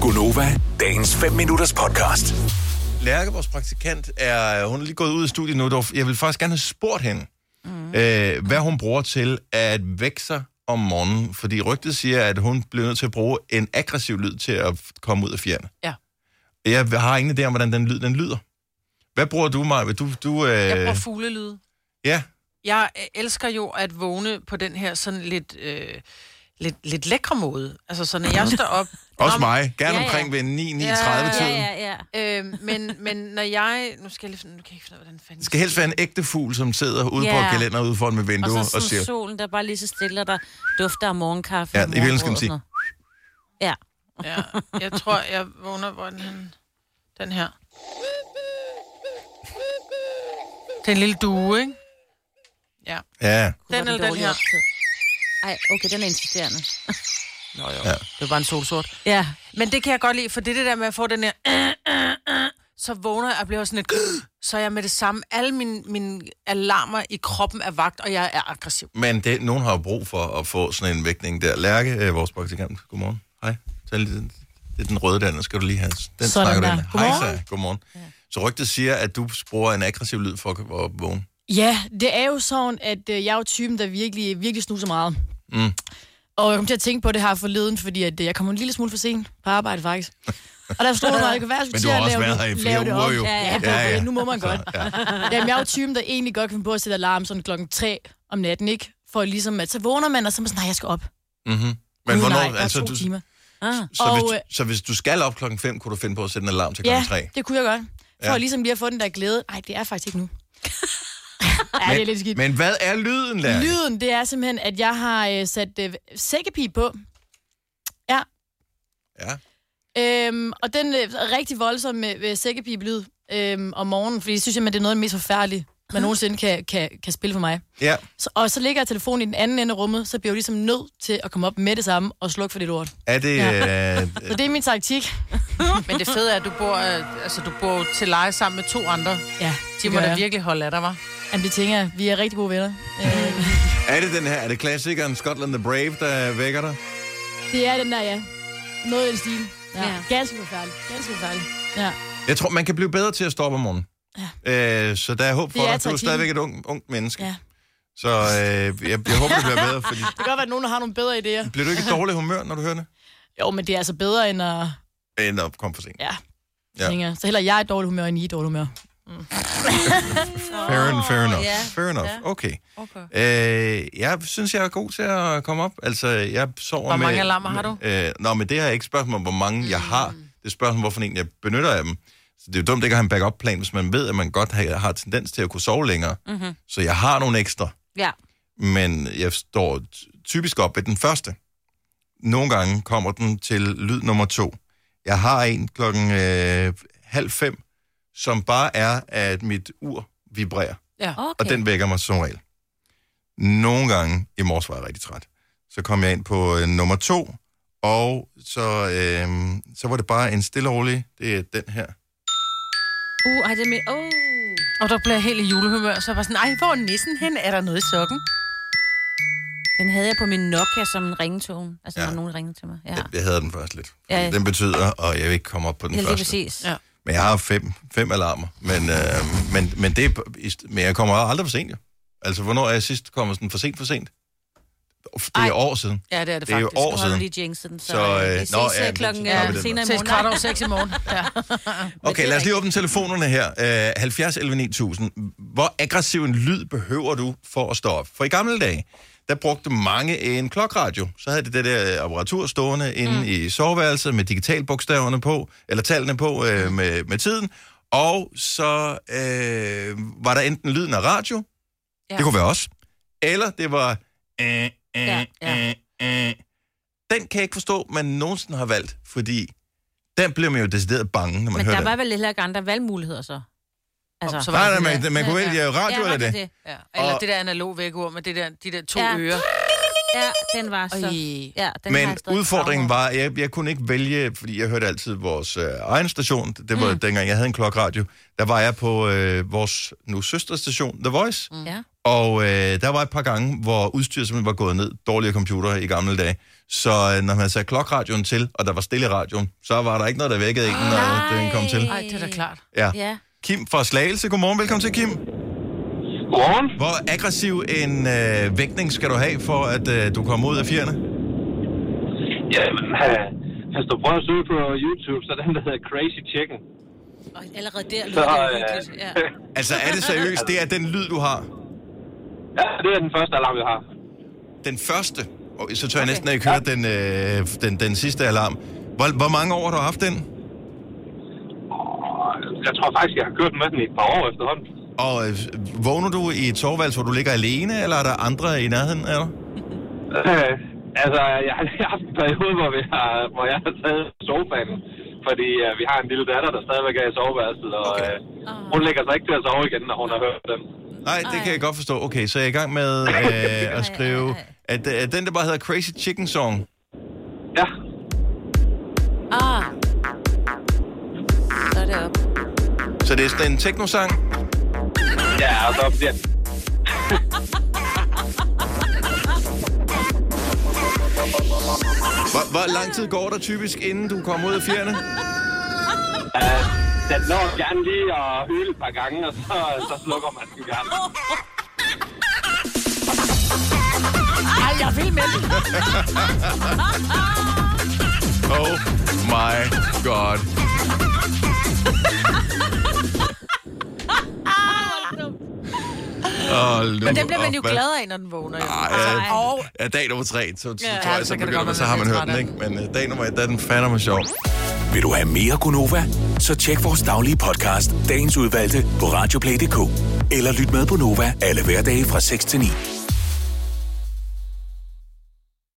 Gunova, dagens 5 minutters podcast. Lærke, vores praktikant, er, hun er lige gået ud af studiet nu. dog. Jeg vil faktisk gerne have spurgt hende, mm. øh, hvad hun bruger til at vække sig om morgenen. Fordi rygtet siger, at hun bliver nødt til at bruge en aggressiv lyd til at f- komme ud af fjerne. Ja. Jeg har ingen idé om, hvordan den lyd den lyder. Hvad bruger du, Maja? Du, du, øh, Jeg bruger fuglelyde. ja, Jeg øh, elsker jo at vågne på den her sådan lidt, øh, lidt, lidt lækre måde. Altså, så når jeg står op... også Nå, mig. Gerne Ja, ja. omkring ved 9-9.30-tiden. Ja, ja, ja. Øh, men, men når jeg... Nu skal jeg lige finde... Nu kan jeg ikke finde ud af, hvordan fanden... Skal helst være en ægte fugl, som sidder ude Ja. på kalenderen ude foran med Og vinduet så og, sådan siger... solen, der bare lige så stille, og der dufter af morgenkaffe. Ja, og i virkeligheden skal man morgenbrød og sige- sådan noget. Ja. Ja, jeg tror, jeg vågner... Hvor er den henne? Den her. Det er en lille due, ikke? Ja. Ja. Gud, hvor er Den eller den dårlig her? optid. Ej, okay, den er insisterende. Nå jo, ja. det var bare en solsort. Ja. Men det kan jeg godt lide, for det er det der med at få den her... så vågner jeg og bliver sådan lidt... så er jeg med det samme. Alle mine, mine alarmer i kroppen er vagt, og jeg er aggressiv. Men det, nogen har jo brug for at få sådan en vækning der. Lærke, øh, vores praktikant, godmorgen. Hej. Tag lige den. Det er den røde der, den skal du lige have. Den Sådan snakker der. den. Hej, så. Godmorgen. Ja. Så rygtet siger, at du bruger en aggressiv lyd for at være vågen. Ja, det er jo sådan, at øh, jeg er jo typen, der virkelig, virkelig snuser meget. Mm. Og jeg kom til at tænke på det her forleden, fordi at, øh, jeg kom en lille smule for sent på arbejde, faktisk. Og der stod mig, at hver Men du har også været her i flere uger jo. Ja, ja, Ja, ja, ja. ja. nu må man godt. Ja. Jamen, jeg er jo typen, der egentlig godt kan finde på at sætte alarm sådan klokken 3 om natten, ikke? For ligesom, at så vågner man, og så er man sådan, nej, jeg skal op. Mm-hmm. Men Gud, hvornår, nej, der er altså, to du, så, timer. Ah. Og, hvis, du- øh, så hvis du skal op klokken 5, kunne du finde på at sætte en alarm til klokken Ja, 3? Ja. det kunne jeg godt. For Ja. ja. ligesom lige at få den der glæde. Nej, det er faktisk ikke nu. ja, det er lidt skidt. Men hvad er lyden, Lærke? Lyden, det er simpelthen, at jeg har øh, sat øh, sækkepip på. Ja. Ja. Øhm, og den øh, er rigtig voldsom øh, sækkepip-lyd øhm, om morgenen, fordi jeg synes, at det er noget af det mest forfærdelige, man nogensinde kan, kan, kan spille for mig. Ja. Så, og så ligger jeg telefonen i den anden ende af rummet, så bliver jeg jo ligesom nødt til at komme op med det samme og slukke for det lort. Er det... Ja. Øh, Så det er min taktik. Men det fede er, at du bor, øh, altså, du bor jo til leje sammen med to andre. Ja, De må da virkelig holde af dig, var. Jamen, det tænker jeg. Vi er rigtig gode venner. Øh, er det den her? Er det klassikeren Scotland the Brave, der vækker dig? det er den der, ja. Noget af den stil. Ja. Ja. ja. Ganske forfærdeligt. Ganske forfærdeligt. Ja. Jeg tror, man kan blive bedre til at stoppe om morgenen. Ja. Øh, så der er håb for Det dig. Du er er taktikken. stadigvæk et ung, ungt menneske. Ja. Så øh, jeg, jeg håber, det bliver bedre, fordi... Det kan godt være, at nogen der har nogle bedre idéer. Bliver du ikke i dårlig humør, når du hører det? Jo, men det er altså bedre end at... End at komme for sent. Ja. Ja. ja. Tænker. Så heller jeg er i dårlig humør, end I er i dårlig humør. Fair, and, fair enough. ja. Fair enough. Okay. Øh, jeg synes, jeg er god til at komme op. Altså, jeg sover Hvor med... mange alarmer har du? Mm. Øh, nå, men det her er ikke et spørgsmål om, hvor mange jeg har. Det er et spørgsmål om, hvorfor en jeg benytter af dem. Så det er jo dumt ikke at have en backup-plan, hvis man ved, at man godt har, har tendens til at kunne sove længere. Mhm. Mm-hmm. Så jeg har nogle ekstra. Ja. men jeg står ty- typisk op ved den første. Nogle gange kommer den til lyd nummer to. Jeg har en klokken øh, halv fem, som bare er, at mit ur vibrerer, okay. Ja. Okay. og den vækker mig som regel. Nogle gange i morges var jeg rigtig træt. Så kom jeg ind på øh, nummer to, og så, øh, så var det bare en stille og rolig, det er den her. Uh, ej, det er med... Oh. Og der bliver jeg helt i julehumør, så jeg var sådan, ej, hvor er nissen hen? Er der noget i sokken? Den havde jeg på min Nokia som en ringetone. Altså, Ja. ja. når nogen ringede til mig. Ja, Jeg, jeg havde den først lidt. Ja, Ja. ja. Den betyder, og jeg vil ikke komme op på den helt lige første. præcis. Ja. Ja. Men jeg har fem, fem alarmer. Men, øh, men, men, det, er- men jeg kommer aldrig for sent, jo. Altså, hvornår er jeg sidst kommet sådan for sent for sent? Det er Ej. år siden. Ja, det er det, Det er jo faktisk. år Nu har du siden. lige jinxet den, så, Så, øh, øh, vi nå, ses ja, øh, men klokken så tager vi øh, den senere i Ses morgen. kvart over seks i morgen. Ja. Okay, det er lad os lige åbne telefonerne her. Øh, 70 11 9000. Hvor aggressiv en lyd behøver du for at stå op? For i gamle dage, der brugte mange en klokradio. Så havde det det der øh, apparatur stående inde mm. i soveværelset med digitalbogstaverne på, eller tallene på øh, med, med tiden. Og så øh, var der enten lyden af radio, ja. Ja. det kunne være os, eller det var... Øh, øh, ja, Ja, ja. ja. Øh, den kan jeg ikke forstå, man nogensinde har valgt, fordi den bliver man jo decideret bange, når man Men hører der den. var vel heller ikke andre valgmuligheder så. Altså, Så var Nej, det nej, den man, der- man kunne vælge radio ja, eller var det. det. Ja. Eller Og- det der analog vækkeur med det der, de der to Ja. ører. Ja, den var så... Ej. Ja, den har Men jeg stadig udfordringen gravet var, at jeg, jeg kunne ikke vælge, fordi jeg hørte altid vores øh, egen station. Det var mm. dengang, jeg havde en klokradio. Der var jeg på øh, vores nu søsterstation, The Voice. Mm. over. Ja. Og øh, der var et par gange, hvor udstyret simpelthen var gået ned. Dårlige computere i gamle dage. Så øh, når man satte klokradioen til, og der var stille i radioen, så var der ikke noget, der vækkede en, når den kom til. Nej, det er da klart. Ja. Ah, Ja. Kim fra Slagelse, godmorgen. Velkommen til, Kim. Godmorgen. Hvor aggressiv en øh, vækning skal du have, for at øh, du kommer ud af fjerne? Jamen, øh, hvis du prøver at søge på YouTube, så er den, der hedder Crazy Chicken. Og allerede der Så, lyder det øh, hyggeligt. Ja. Altså, er det seriøst? Det er den lyd, du har. ja, det er den første alarm, jeg har. Den første. Og så tør jeg næsten ikke høre den, øh, den, den sidste alarm. Hvor, hvor mange år har du haft den? Og jeg tror faktisk, jeg har kørt med den i et par år efterhånden. Og øh, vågner du i et soveværelse, hvor du ligger alene, eller er der andre i nærheden af dig? Øh, altså, jeg har lige haft en periode, hvor, vi har, hvor jeg har taget sofaen, fordi øh, vi har en lille datter, der stadigvæk er i soveværelset, og Okay. øh, hun lægger sig ikke til at sove igen, når hun har hørt den. Nej, det kan jeg godt forstå. Okay, så er jeg i gang med øh, at skrive, ej, at øh, den, der bare hedder Crazy Chicken Song, Ja, Ah. Så er det op. så det er sådan en teknosang. ja, og så bliver Hvor, hvor lang tid går der typisk, inden du kommer ud af fjerne? øh, den når gerne lige at hyle et par gange, og så, så slukker man den gerne. Ej, jeg vil med det. Oh my god. Hold nu Den bliver man op, jo mand. glad af, når den vågner. Jo. Altså, Ej, ja. Og Ja, dag nummer tre, så, så Ja, tror jeg, så så, kan det begynder godt man, så være, har man man hørt den, bliver ikke? Men øh, dag nummer et, der er den fandme sjov. Vil du have mere Gunova? Så tjek vores daglige podcast, dagens udvalgte, på radioplay.dk. Eller lyt med på Nova alle hverdage fra 6 til 9.